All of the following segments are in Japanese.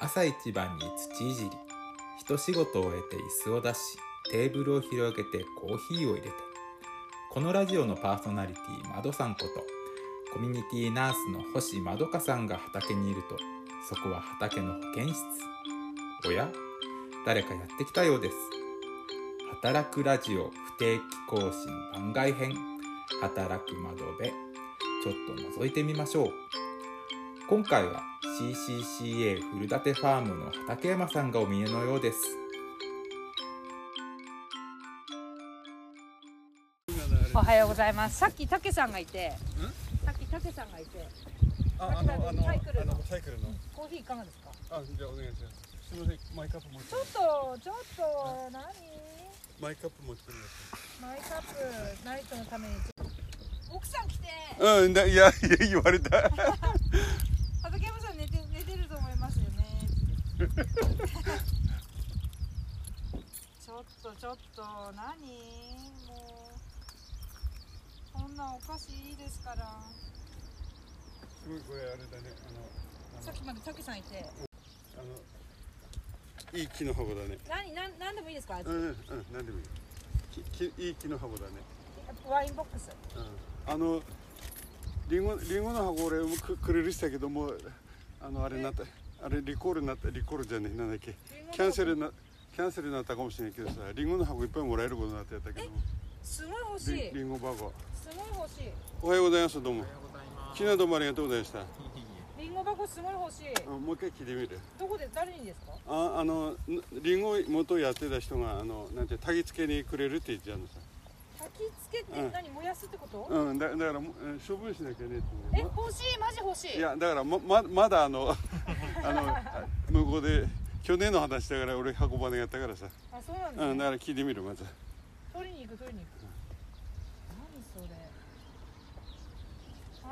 朝一番に土いじり一仕事終えて椅子を出しテーブルを広げてコーヒーを入れてこのラジオのパーソナリティまどさんことコミュニティナースの星まどかさんが畑にいるとそこは畑の保健室おや誰かやってきたようです働くラジオ不定期更新番外編働く窓辺ちょっと覗いてみましょう今回は CCCA 古館ファームの畠山さんがお見えのようですおはようございます。さっき竹さんがいて、さっき竹さんがいて、あ、あの、あの、サイクルのあのサイクルの。コーヒーいかがですか。あ、じゃあお願いします。すみません、マイカップ持ってきちょまっす。とちょっと何？マイカップ持ってきます。マイカップナイトのために。奥さん来て、うん、だいや、いや言われた。畠山さん寝て寝てると思いますよね。ちょっとちょっと何？もうこんなお菓子いいですから。すごい、これあれだね、さっきまで竹さんいて、あの、あの、いい木の箱だね。何なんなんでもいいですか。うん、うん、なんでもいい。き、き、いい木の箱だね。ワインボックス。うん、あの、リンゴ、リンゴの箱、俺もく、くれるしたけども。あの、あれになった、あれリコールになった、リコールじゃねえ、なんだっけ。キャンセルな、キャンセルになったかもしれないけどさ、リンゴの箱いっぱいもらえることになってやったけども。すごい欲しリンい。リンゴ箱。すごい欲しい。おはようございますどうも昨日どうもありがとうございましたリンゴ箱すごい欲しい。あもう一回聞いてみるどこで誰にですか？ああのんリンゴ元やってた人があのなんてタギ付けにくれるって言ってたのさ焚き付けってうん何燃やすってこと？うんだだからもうん処分しなきゃねってえ言うんだよ欲しいマジ欲しい。いやだからまままだあの あのあ向こうで去年の話だから俺運ばねやったからさ、あそうなんですうん、だかね。ら聞いてみるまず取りに行く取りに行く。何それ。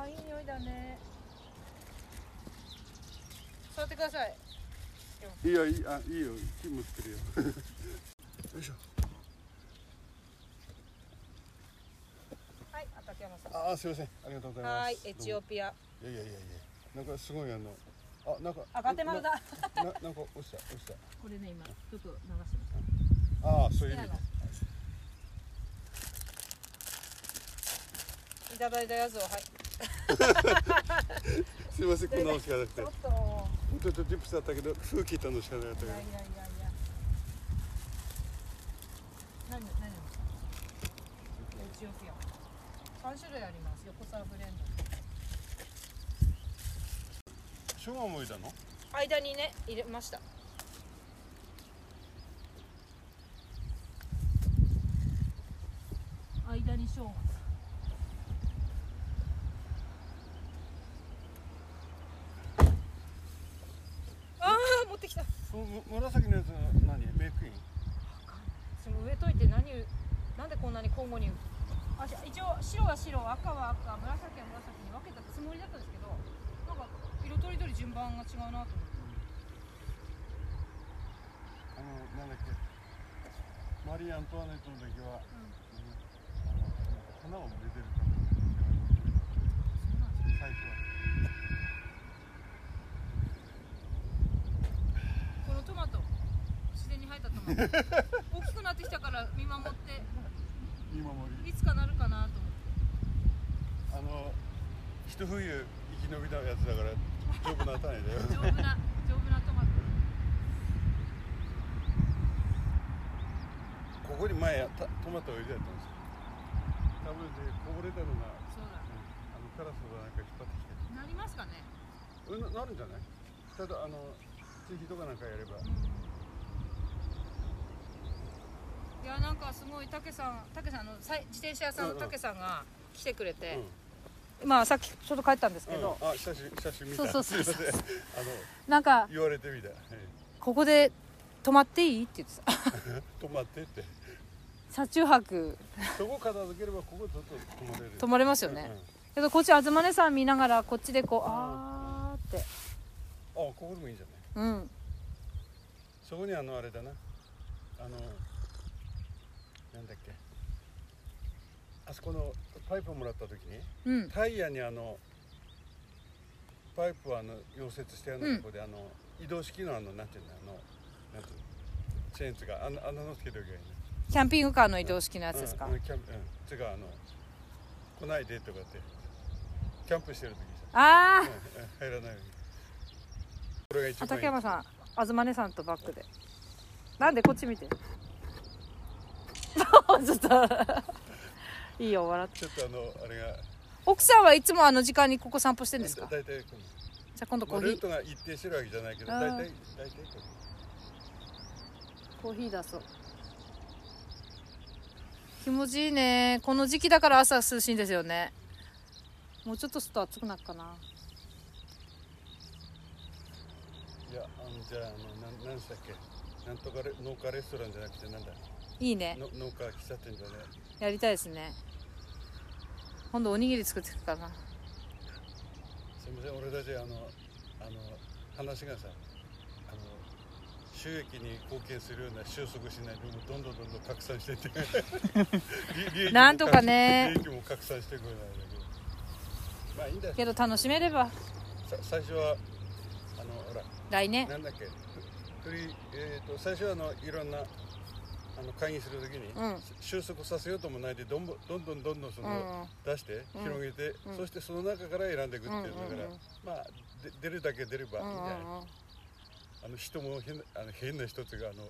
あいい匂いだね。座ってください。いいよいいあいいよ木も作るよよいしょはい畠山さん。ああすいませんありがとうございますはーいエチオピア。どうもいやいやいやいやなんかすごいあのあなんかあガテマルだ。ななんか落ちた落ちたこれね今ちょっと流してます。ああそういう好意きな味の。いただいたやつをはい。すいませんこんな落ち方なくちてょっと。ちょっとディップスだったけど空気いたのしかなかったいけどやいやいやいや。何何をエチオピア。三種類あります。横澤ブレンド。ショーがもいたの間にね入れました。間にショーああ持ってきた。そのむ紫のやつの何メイクインその植えといて何をなんでこんなに交互にあじゃあ一応白は白赤は赤紫は紫に分けたつもりだったんですけどなんか色とりどり順番が違うなと思ってあのなんだっけマリー・アントワネットの時は、あの花をめでるために最初このトマト自然に生えたトマト大きくなってきたから見守って見守りいつかなるかなと思ってあの一冬生き延びたやつだから丈夫な種だよ丈 夫な丈夫なトマトここに前やたトマトを入れてたんですよ多分でこぼれたのがそうだあのカラスがなんか引っ張ってきてなりますかね、うんななるんじゃないただあの追肥とかなんかやればいやなんかすごいたけさんたけさんあのさい自転車屋さんのうんうんたけさんが来てくれて、うまあさっきちょっと帰ったんですけんど、うんあ写真写真見たそうそうそうすいそうま せんあのなんか言われて みた、はいここで泊まっていいって言ってた 止まってって車中泊そこ片付ければここずっと止まれる泊まれますよね、けどこっち東根さん見ながらこっちでこうあーってうんうんあここでもいいんじゃないうんそこにあのあれだなあのなんだっけあそこのパイプをもらった時にうんタイヤにあのパイプはあの溶接してあるのとこで、あの移動式のあのなんていうんだあのなんていうのチェーンとかあの穴のつけるよりはいいねキャンピングカーの移動式のやつですか、うん、キャンプ、うん、つうかあの来ないでとかってキャンプしてる時さ、ああうん入らないようにこれが一番いい畠山さん東根さんとバックでなんでこっち見て ちょっと いいよ笑ってちょっとあのあれが奥さんはいつもあの時間にここ散歩してんですかじ大体こゃあ今度のコまあールヒーートが一定してるわけじゃないけどあー大体大体こコーヒー出そう気持ちいいねこの時期だから朝涼しいんですよねもうちょっとすると暑くなるかなういやあのじゃああのなんなんでしたっけなんとかレ農家レストランじゃなくてなんだいいねの農家喫茶店じゃないやりたいですね今度おにぎり作ってくかなすみません俺たちあのあの話がさあの収益に貢献するような収束しない分どんどんどんどん拡散 していって利利益も拡散なんとかね利益も拡散していくようなんだけどまあいいんだよけど楽しめればさ最初はあのほら来年なんだっけフフリーえー、と最初はあのいろんなあの会議するときに、うん収束させようともないでどんぼどんどんどんどんその、うん出してうん広げて、うんそしてその中から選んでいくっていう、うんうんうだんからまあで出るだけ出ればいいんじゃない、うんうんうんあの人も変なあの変な人っていうかあの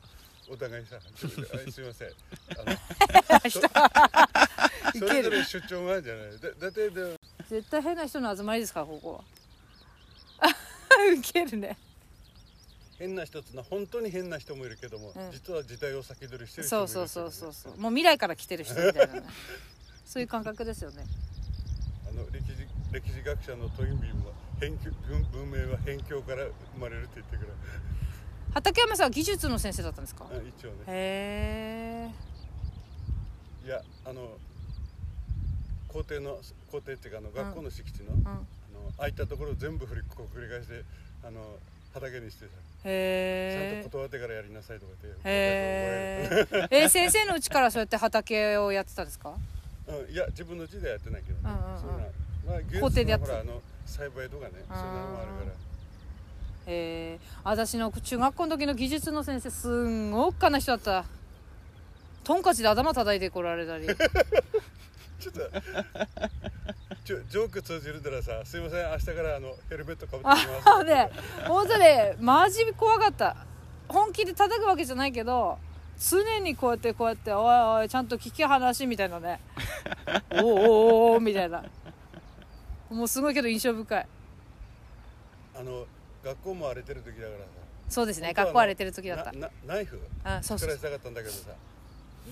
お互い さちょっとあすいませんあのそれぞれ主張があるじゃないだだってで絶対変な人の集まりですからここはウケるね変な人ってのは本当に変な人もいるけども、うん実は時代を先取りしてる人もそいうるそうそうそうしそうもう未来から来てる人みたいなねそういう感覚ですよねあの歴史歴史学者のトインビームは偏見文文明は辺境から生まれるって言ってくる畠山さんは技術の先生だったんですかあ一応ねへえいやあの校庭の校庭っていうかあの学校の敷地の,、うあんの空いたところを全部振りこう繰り返してあの畑にしてさ、ちゃんへと断ってからやりなさいとかってえへええ先生のうちからそうやって畑をやってたんですか怒られるうんいや自分の字ではやってないけど、ねうんうんうんそんなまあ技校庭術でやのっほてたらあの栽培とかねそんなのもあるからへえ私の中学校の時の技術の先生すんごくかな人だったトンカチで頭叩いてこられ たりちょっとちょジョーク通じるならさすいません明日からあのヘルメットかぶってきますあのね本当ねマジ怖かった本気で叩くわけじゃないけど常にこうやってこうやって「おいおいちゃんと聞き話」みたい なね「おーおーおーおーみたいなもうすごいけど印象深いあの学校も荒れてる時だからさそうですね本当はあの学校荒れてる時だったななナイフあそうそ作うらせたかったんだけどさ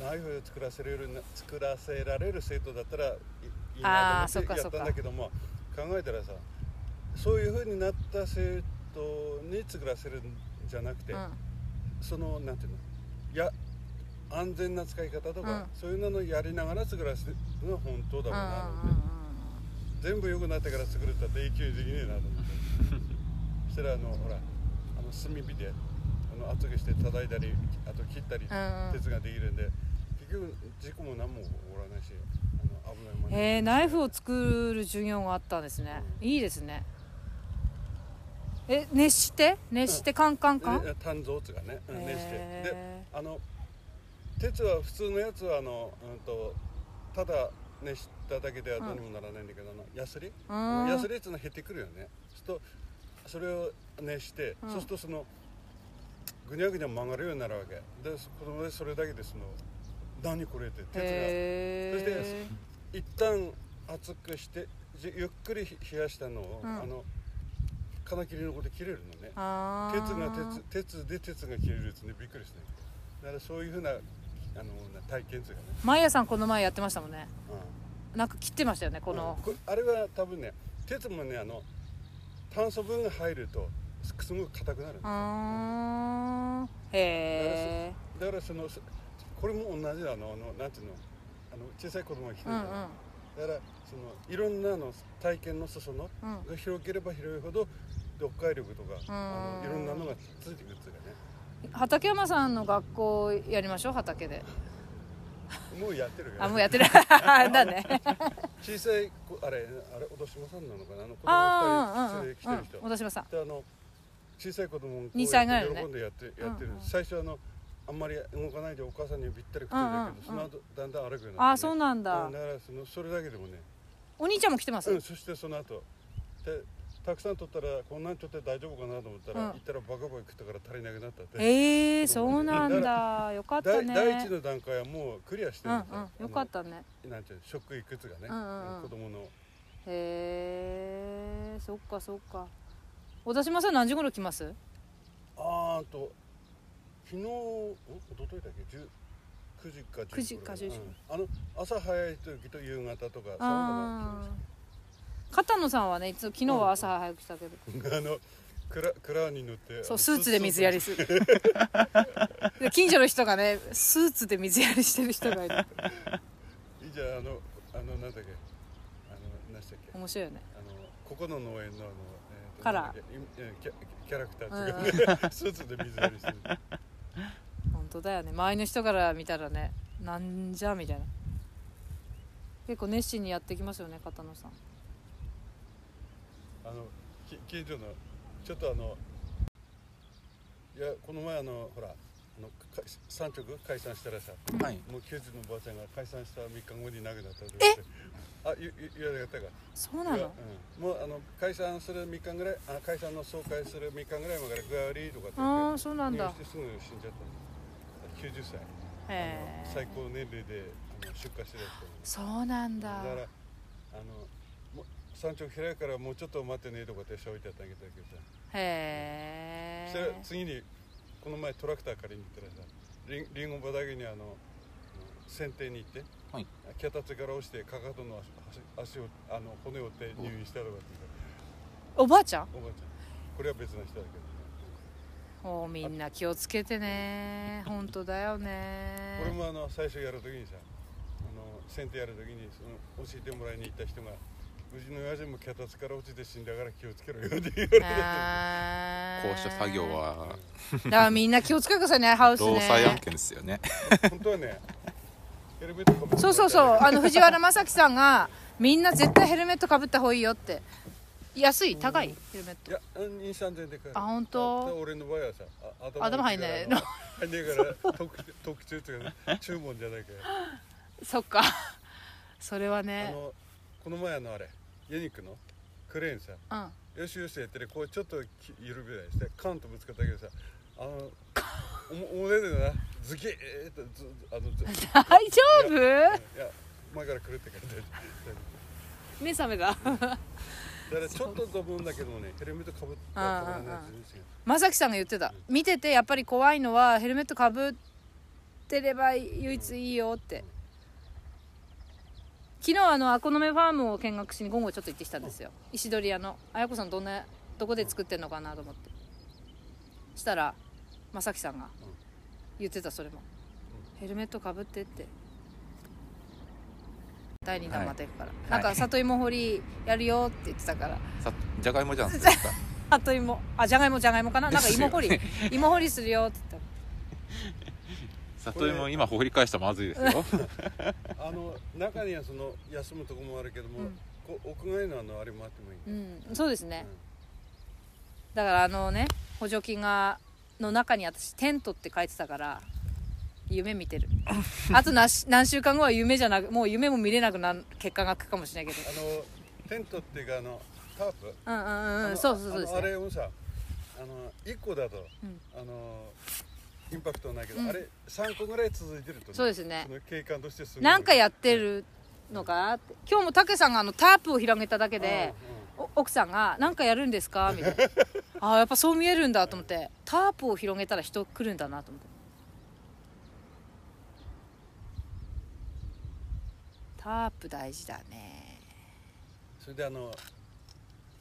ナイフを作らせるような作らせられる生徒だったらいいいあなーと思ってやそっっかそっかたんだけども考えたらさそういうふうになった生徒に作らせるんじゃなくて、うんそのなんていうのや安全な使い方とか、うんそういうののやりながら作らせるのが本当だろうなと思って、うんうんうん全部良くなってから作るったって永久にできねえなと 思ってそしたらあのほらあの炭火であの厚くして叩いたりあと切ったりうんうん鉄ができるんで結局事故も何も起こらないしあの危ないもんへえナイフを作る授業があったんですねいいですねえ熱して熱してカンカンカンえ炭造つがねうん熱してでへあの鉄は普通のやつはあの、うん、とただ熱しただけではどうにもならないんだけど、あのヤスリーうんヤスリっていうのは減ってくるよねそうするとそれを熱して、うんそうするとそのぐにゃぐにゃ曲がるようになるわけでそ子供でそれだけでその何これって鉄が、へそして一旦熱くしてじゆっくり冷やしたのを、うんあの金切りのことで切れるのねあー鉄が鉄鉄で鉄が切れるやつねびっくりしてだからそういうふうなあのな体験というかね、マイヤさんこの前やってましたもんねうんなんか切ってましたよねこのうん、こあれは多分ね鉄もねあの炭素分が入るとすすごく硬くなるんうだーんへえからそのそこれも同じだあのあのなんていうのあの小さい子供が来てうるんうじゃんないだからそのいろんなあの体験の裾野うんが広ければ広いほど読解力とかあのいろんなのがついてくるっていうかね畠山さんの学校やりましょう畑でもうやってるよあもうやってる だね小さい子あれあれ小島さんなのかなあの子ああ供うん二人うん来てる人、うん小田島さんであの小さい子供もこう二歳ぐらいのね喜んでやってやってる、うんうん最初あのあんまり動かないでお母さんにびったりくっついてるけど、そうんうのんうん後だんだん歩くようになって、ね、ああそうなんだ、うんだからそのそれだけでもねお兄ちゃんも来てます、うんそしてその後でたくさん取ったらこんなん取って大丈夫かなと思ったら、うん行ったらバカバカ食ったから足りなくなったってえー、そうなんだよかった第ね第一の段階はもうクリアしてうんるうんですよ,、よかったねあのなんていうの食いくつがね、うんうんうん子供のへえそっかそっか小田島さん何時頃来ますあーんと昨日ん一昨日だっけ10 9時か10 9時か10時うんあの朝早い時と夕方とかそのああ片野さんはねいつ昨日は朝早く来たけど、時はあの蔵蔵に乗ってあそのうスーツで水やりする で近所の人がねスーツで水やりしてる人がいるいいじゃんあのあのなんだっけあの何でしたっけ面白いよねあのここの農園のあの、えーとカなラーんだっけいえーキャキャラクターが、 スーツで水やりしてる本当だよね周りの人から見たらねなんじゃみたいな結構熱心にやってきますよね片野さんあのき近所のちょっとあのいやこの前あのほらあのか三直解散したらさはいもう90のおばあちゃんが解散した3日後に亡くなったとえあゆゆ言われたかそうなうわのうん、もうあの解散する3日ぐらいあ解散の総会する3日ぐらい前から具合悪いとかって言あっあてそうなん入院だしてすぐ死んじゃったの90歳へ最え高年齢であの出荷してるってそうなんだだからあのも山頂開いからもうちょっと待ってねとかってしゃべってたんだけどさへそしたらえ次にこの前トラクター借りに行ったらさりんりんご畑にあの剪定に行って、はい脚立から落ちてかかとの足足をあの骨を折って入院したとかっておばあちゃん言っておばあちゃんこれは別の人だけど、おみんな気をつけてね本当だよねこれもあの最初やるときにさあの剪定やるときにその教えてもらいに行った人が「うちの親父も脚立から落ちて死んだから気をつけろよ」って言われてあーこうした作業はだからみんな気をつけてくださいねハウス労災案ね件ですよ ね本当はねヘルメットかぶってそうそうそうあの藤原正樹さんがみんな絶対ヘルメットかぶった方がいいよって安い高いヘルメッいトや、二三千で買える。あ本当だ俺の場合はさ、あ頭入んないの。 入んねえから、特注、特注っていうかね、注文じゃない から。そっかそれはあねの、この前あのあれ、ユニクのクレーンさ、うんよしよしやってね、こうちょっとき緩めないして、カンとぶつかったけどさ、あの、おも、おもねでな、ズキーっと、ず、あの、ず、い大丈夫や、前から来るって感じで。目覚めただからちょっと飛ぶんだけどもね、ヘルメットかぶって、かぶらないやつですよ正樹さんが言ってた見ててやっぱり怖いのはヘルメットかぶってれば唯一いいよって昨日あのアコノメファームを見学しに午後ちょっと行ってきたんですよ石取屋の綾子さんどんなどこで作ってんのかなと思ってしたら正樹さんが言ってたそれもヘルメットかぶってって第2弾また行くから、いなんか里芋掘りやるよって言ってたからさじゃがいもじゃんですか里芋あじゃがいもじゃがいもかななんか芋掘り、です芋掘りするよって言っ里芋今掘り返したらまずいです よあの中にはその休むとこもあるけども、うんこう屋外のあのあれもあってもいい、たうんそうですねだからあのね補助金がの中に私テントって書いてたから夢見てるあと何し何週間後は夢じゃなくもう夢も見れなくなる結果が来るかもしれないけどあのテントっていうかあのタープ、うんうんあうのんそうそうそあうでのすあねれもさあの一個だと、うんあのインパクトはないけど、うんあれ三個ぐらい続いてると、そうですねその景観としてすごいなんかやってるのかなって今日も武さんがあのタープを広げただけで、お奥さんが「何かやるんですか?」みたい なあーやっぱそう見えるんだと思ってタープを広げたら人来るんだなと思ってタープ大事だねうんそれであの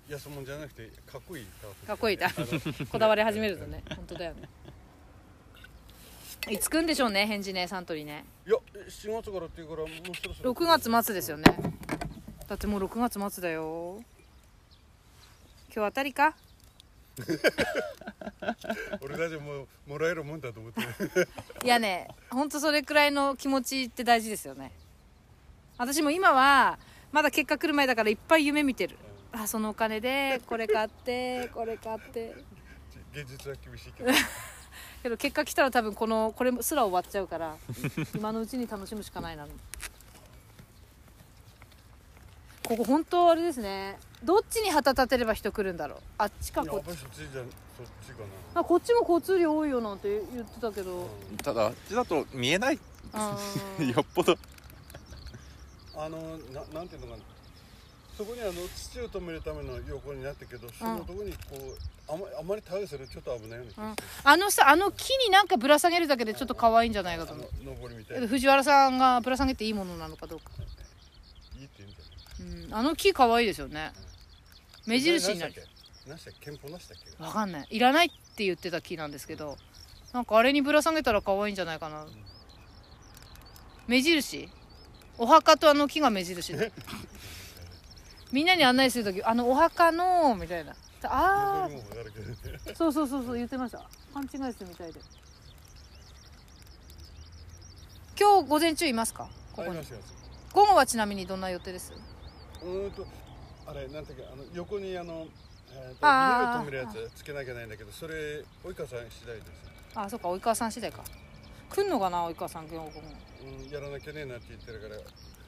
安物じゃなくてかっこいいタープかっこいいタープこだわり始めるとね本当だよねいつ来んでしょうね返事ねサントリーねいや7月からっていうからもうそろそろ6月末ですよねだってもう6月末だよ今日あたりか俺たちももらえるもんだと思っていやねほんとそれくらいの気持ちって大事ですよね私も今はまだ結果来る前だからいっぱい夢見てるあそのお金でこれ買ってこれ買って 現実は厳しいけどけど結果来たら多分このこれすら終わっちゃうから今のうちに楽しむしかないなここ本当あれですねどっちに旗立てれば人来るんだろうあっちかやこっっぱちりそっちじゃそっちかあこっちも交通量多いよなんて言ってたけど、ただあっちだと見 えないあーよっぽどなあのななんていうのかなそこにあの土を止めるための横になったけどそのとこにこうあまあまり倒するとちょっと危ないよね、うんあのさあの木になんかぶら下げるだけでちょっと可愛いんじゃないかとあ思うの登りみたけいどに藤原さんがぶら下げていいものなのかどうか、いいって言うんじゃないうん、あの木可愛いですよね目印になる何したっけ何したっけ憲法なしたっけわかんないいらないって言ってた木なんですけどなんかあれにぶら下げたら可愛いんじゃないかな目印お墓とあの木が 目印だみんなに案内する時あのお墓のみたいなあ登りも分かるけどねあそうそうそうそう言ってました勘違いするみたいで今日午前中いますかここあいにますいます午後はちなみにどんな予定ですうーんとあれなんていうかあの横にあの、えー、とあビーニールを止めるやつつけなきゃいけないんだけどそれ及川さん次第ですあそっか及川さん次第か来んのかな及川さん今日午後うん、やらなきゃねえなって言ってるから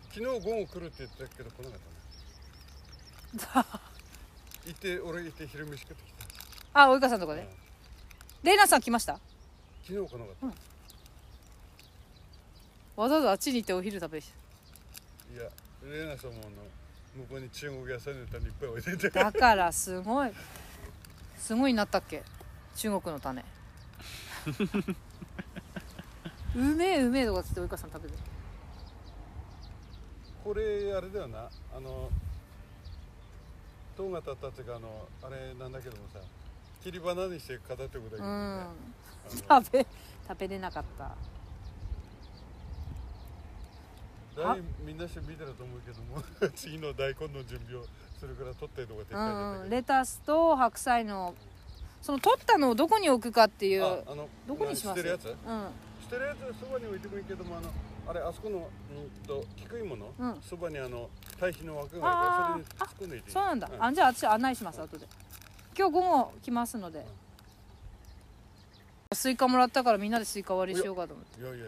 昨日午後来るって言ってたけど来なかっ たね行って俺行って昼飯食ってきたあ及川さんのとこでレイナさん来ました昨日来なかった、わざわざあっちに行ってお昼食べるしいやレナさんもあの向こうに中国屋さんの種いっぱい置いててだからすごい すごいなったっけ中国 の種うめえうめえとかっつって及川さん食べてるこれあれだよなあの塔が立ったっていうかあのあれなんだけどもさ切り花にして片手ぐらいだけうどねんあの食べ食べれなかった大みんなして見てると思うけども 次の大根の準備をするから取ってとかって言ってうたんレタスと白菜のその取ったのをどこに置くかっていけうど、うああのどこにします捨てるやつ捨んてるやつそばに置いてもいいけどもあのあれあそこのうんと低いもの、うんそばにあの堆肥の枠があるからあーそれに突っ込んでいていいそうなんだ、うんあじゃあ私案内します後で今日午後来ますのでスイカもらったからみんなでスイカ割りしようかと思っていやいやいや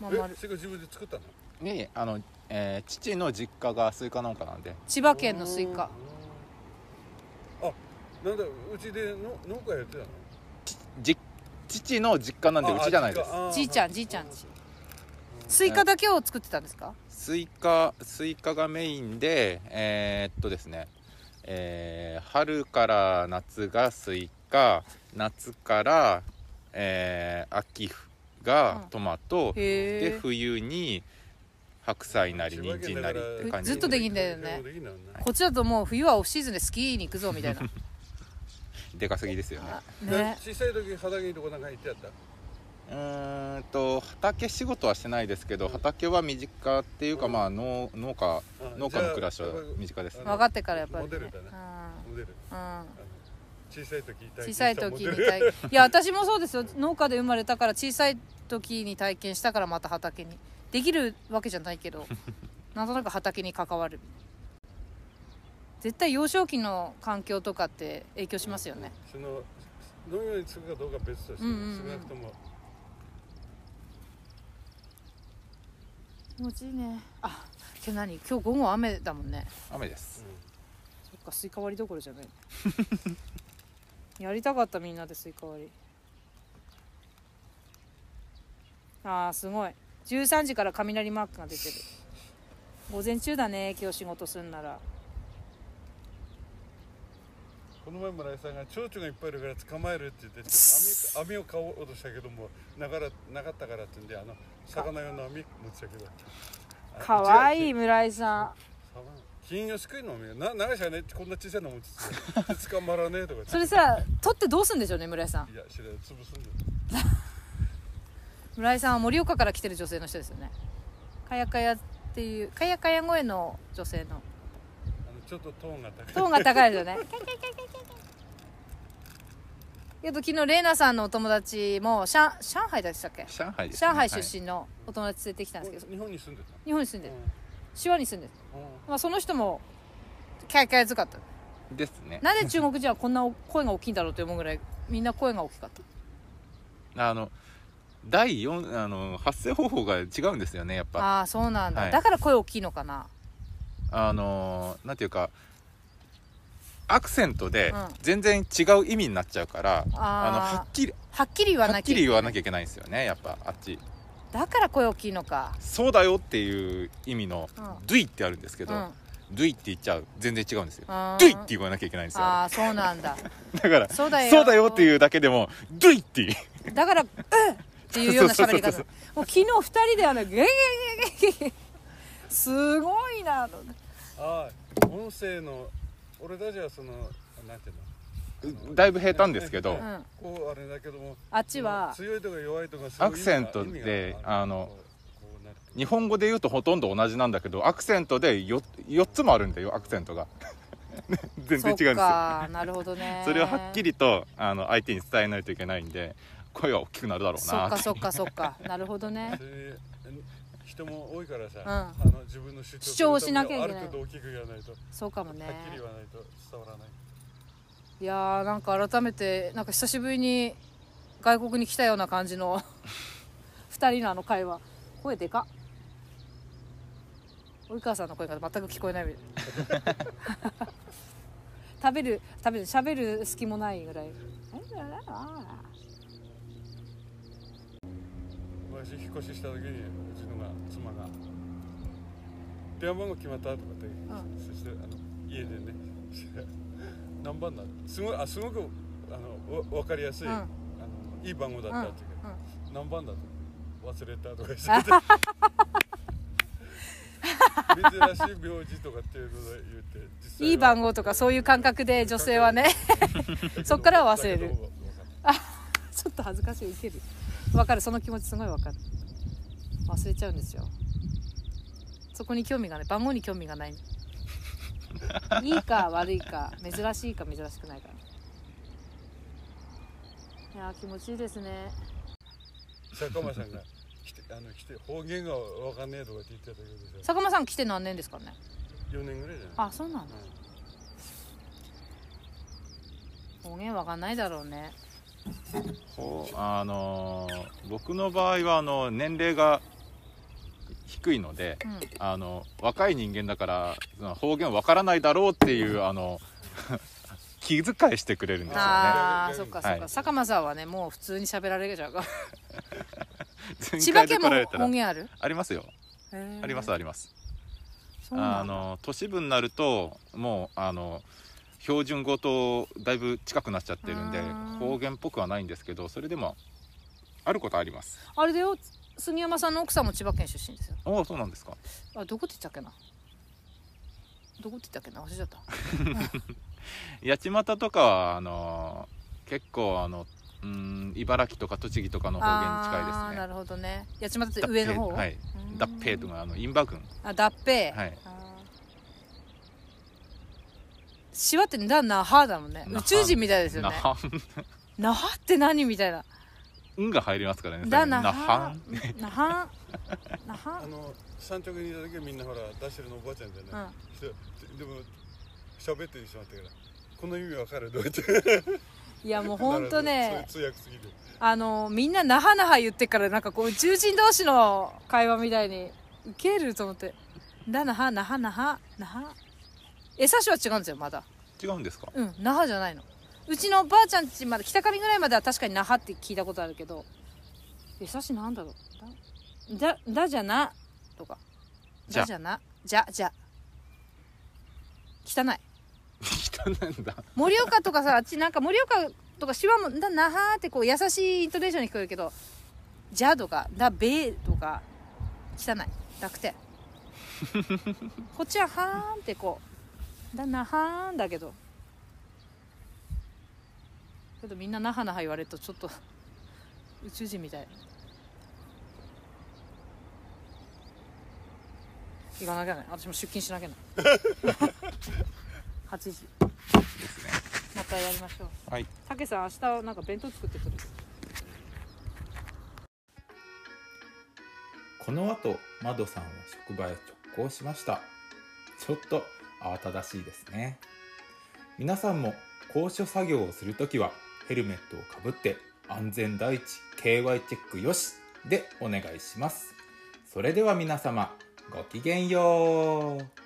まあまあえそれが自分で作ったのいえいえあの、えー父の実家がスイカ農家なんで千葉県のスイカうんあなんだうちでの農家やってたのじ父の実家なんでうちじゃないですすじいちゃんじいちゃんちスイカだけを作ってたんですかスイカスイカがメインでえーっとですね、えー春から夏がスイカ夏から、えー秋がトマト、でへえ冬に白菜なり人参なりって感じずっとできんだよねこっちだともう冬はオフシーズンでスキーに行くぞみたいなでかすぎですよねあねね小さい時畑にとこなんか行ってやったうーんと畑仕事はしてないですけど畑は身近っていうかまあ農農家あ農家の暮らしはじゃあ身近ですね分かってからやっぱり、ねモデルだねモデルうんうん小さい時いた小さい時にモデル体いや私もそうですよ農家で生まれたから小さい時に体験したからまた畑にできるわけじゃないけどなんとなく畑に関わる絶対幼少期の環境とかって影響しますよねその農業に就くかどうかは別としてうんうんうん少なくとも気持ちいいねあ今日何今日午後雨だもんね雨ですそっかスイカ割りどころじゃないやりたかったみんなでスイカ割りあーすごい13時から雷マークが出てる午前中だね今日仕事すんならこの前村井さんが蝶々がいっぱいいるから捕まえるって言って網網を買おうとしたけどもなからなかったからって言うんであの魚用の網持ってたけどあかわうちいはい村井さ金魚すくいの網な長しはねこんな小さいの持ってて捕まらねえとか言っんてそれさ取ってどうすんでしょうね村井さんいや知らない潰すんだよ村井さんは盛岡から来てる女性の人ですよねかやかやっていうかやかや声の女性あののちょっとトーンが高いトーンが高いですよねキャンキャンキャンキャンキャンえっと昨日レイナさんのお友達も上上海でしたっけ上海ですね、上海はい出身のお友達連れてきたんですけど、日本に住んでた日本に住んでるシワに住んでる、のまあ、その人もキャーキャーずかったですねなんで中国人はこんな声が大きいんだろうと思うぐらいみんな声が大きかったあの第4あの発生方法が違うんですよねやっぱああーそうなんだ、はいだから声大きいのかなあのなんていうかアクセントでうん全然違う意味になっちゃうから、あのはあっきりあはっきり言わはなっききゃり言わなきゃいけないんですよねやっぱあっちだから声大きいのかそうだよっていう意味のうん「ドゥイ」ってあるんですけどうん「ドゥイ」って言っちゃう全然違うんですよ「あドゥイ」って言わなきゃいけないんですよあああそうなんだれだから「そうだよそうだよ」っていうだけでも「ドゥイ」って いうだから「うん」っていうような喋りそうそうそう方そうもう昨日二人であのゲゲゲゲゲすごいなと思ってああ音声の俺たちはそのなんていうのあのだいぶ平坦ですけどうんこうあれだけどもあっちは強いとか弱いとかアクセントであの日本語語で言うとほとんど同じなんだけどアクセントで 4, 4つもあるんだよアクセントが 全然違うんですそっよかなるほどねそれをはっきりとあの相手に伝えないといけないんで声は大きくなるだろうそなっってかそっかそっかなるほどねそれで人も多いからさ、んあの自分の主張主張をしなきゃいけないある程度大きく言わないと、そうかもねはっきり言わないと伝わらないいやーなんか改めてなんか久しぶりに外国に来たような感じの 二人のあの会話声でかっ及川さんの声が全く聞こえないみたい食べる食べる喋る隙もないぐらい私引っ越しした時にうちのが妻が電話番号決まったとかって、んそしてあの家でね 何番だすごいあすごくあのわ分かりやすい、うんあのいい番号だったっていううんうんけど、何番だと忘れたとか言って 珍しい名字とかっていうので言って実際はいい番号とかそういう感覚で女性はねそっからは忘れるだけどわかんないちょっと恥ずかしいウケるわかるその気持ちすごいわかる忘れちゃうんですよそこに興味がない番号に興味がないいいか悪いか珍しいか珍しくないかいやー気持ちいいですね坂間さんが来てあの来て方言がわかんねえとかって言ってたけどさ坂間さん来て何年ですかね4年ぐらいじゃないあそうなんだうん方言わかんないだろうねこうあのー僕の場合はあの年齢が低いのでうんあの若い人間だからその方言わからないだろうっていうあの 気遣いしてくれるんですよねあーそっかそっか、はい坂間さんはねもう普通に喋られちゃうから前千葉回で県来もられたら方言あるありますよへーありますありますそうなあんだの都市部になるともうあの標準語とだいぶ近くなっちゃってるんでうん方言っぽくはないんですけどそれでもあることはありますあれだよ杉山さんの奥さんも千葉県出身ですよおおそうなんですかあどこって言ったっけなどこって言ったっけな忘れちゃ った八街とかはあの結構あのうん茨城とか栃木とかの方言に近いあーなでるほどね八幡っすてね上の方はい脱平とかかあのインバ軍あ脱平はいあーシワってだんなはだもんね那宇覇宙人みたいですよなねは なはって何みたいなんが入りますからね最だ後なにははんなはなはあの山直にいた時はみんなほら出してるのおばあちゃんじゃうない、んで でも喋ってしまったからこの意味わかるどうやっていやもうほん とねそういう通訳すぎてあのみんななはなは言ってからなんかこう宇宙人同士の会話みたいにウケると思って「だなはなはなはなは」餌種は違うんですよまだ違うんですかうん那覇じゃないのうちのばあちゃんちまで北上ぐらいまでは確かに那覇って聞いたことあるけどえさしなんだろうだだだじゃなとかじゃだじゃなじゃじゃ汚い人なんだ盛岡とかさあっちなんか盛岡とかしわもだ那覇ってこう優しいイントネーションに聞こえるけどじゃとかだべとか汚い楽天こっちははーんってこうだなはーんだけどけどみんななはなは言われるとちょっと宇宙人みたい行かなきゃね私も出勤しなきゃね8で時すねままたやりましょうはいたけさん明日なんか弁当作ってくるこの後マドさんは職場へ直行しましたちょっと慌ただしいですね皆さんも高所作業をするときはヘルメットをかぶって安全第一 KY チェックよしでお願いしますそれでは皆様ごきげんよう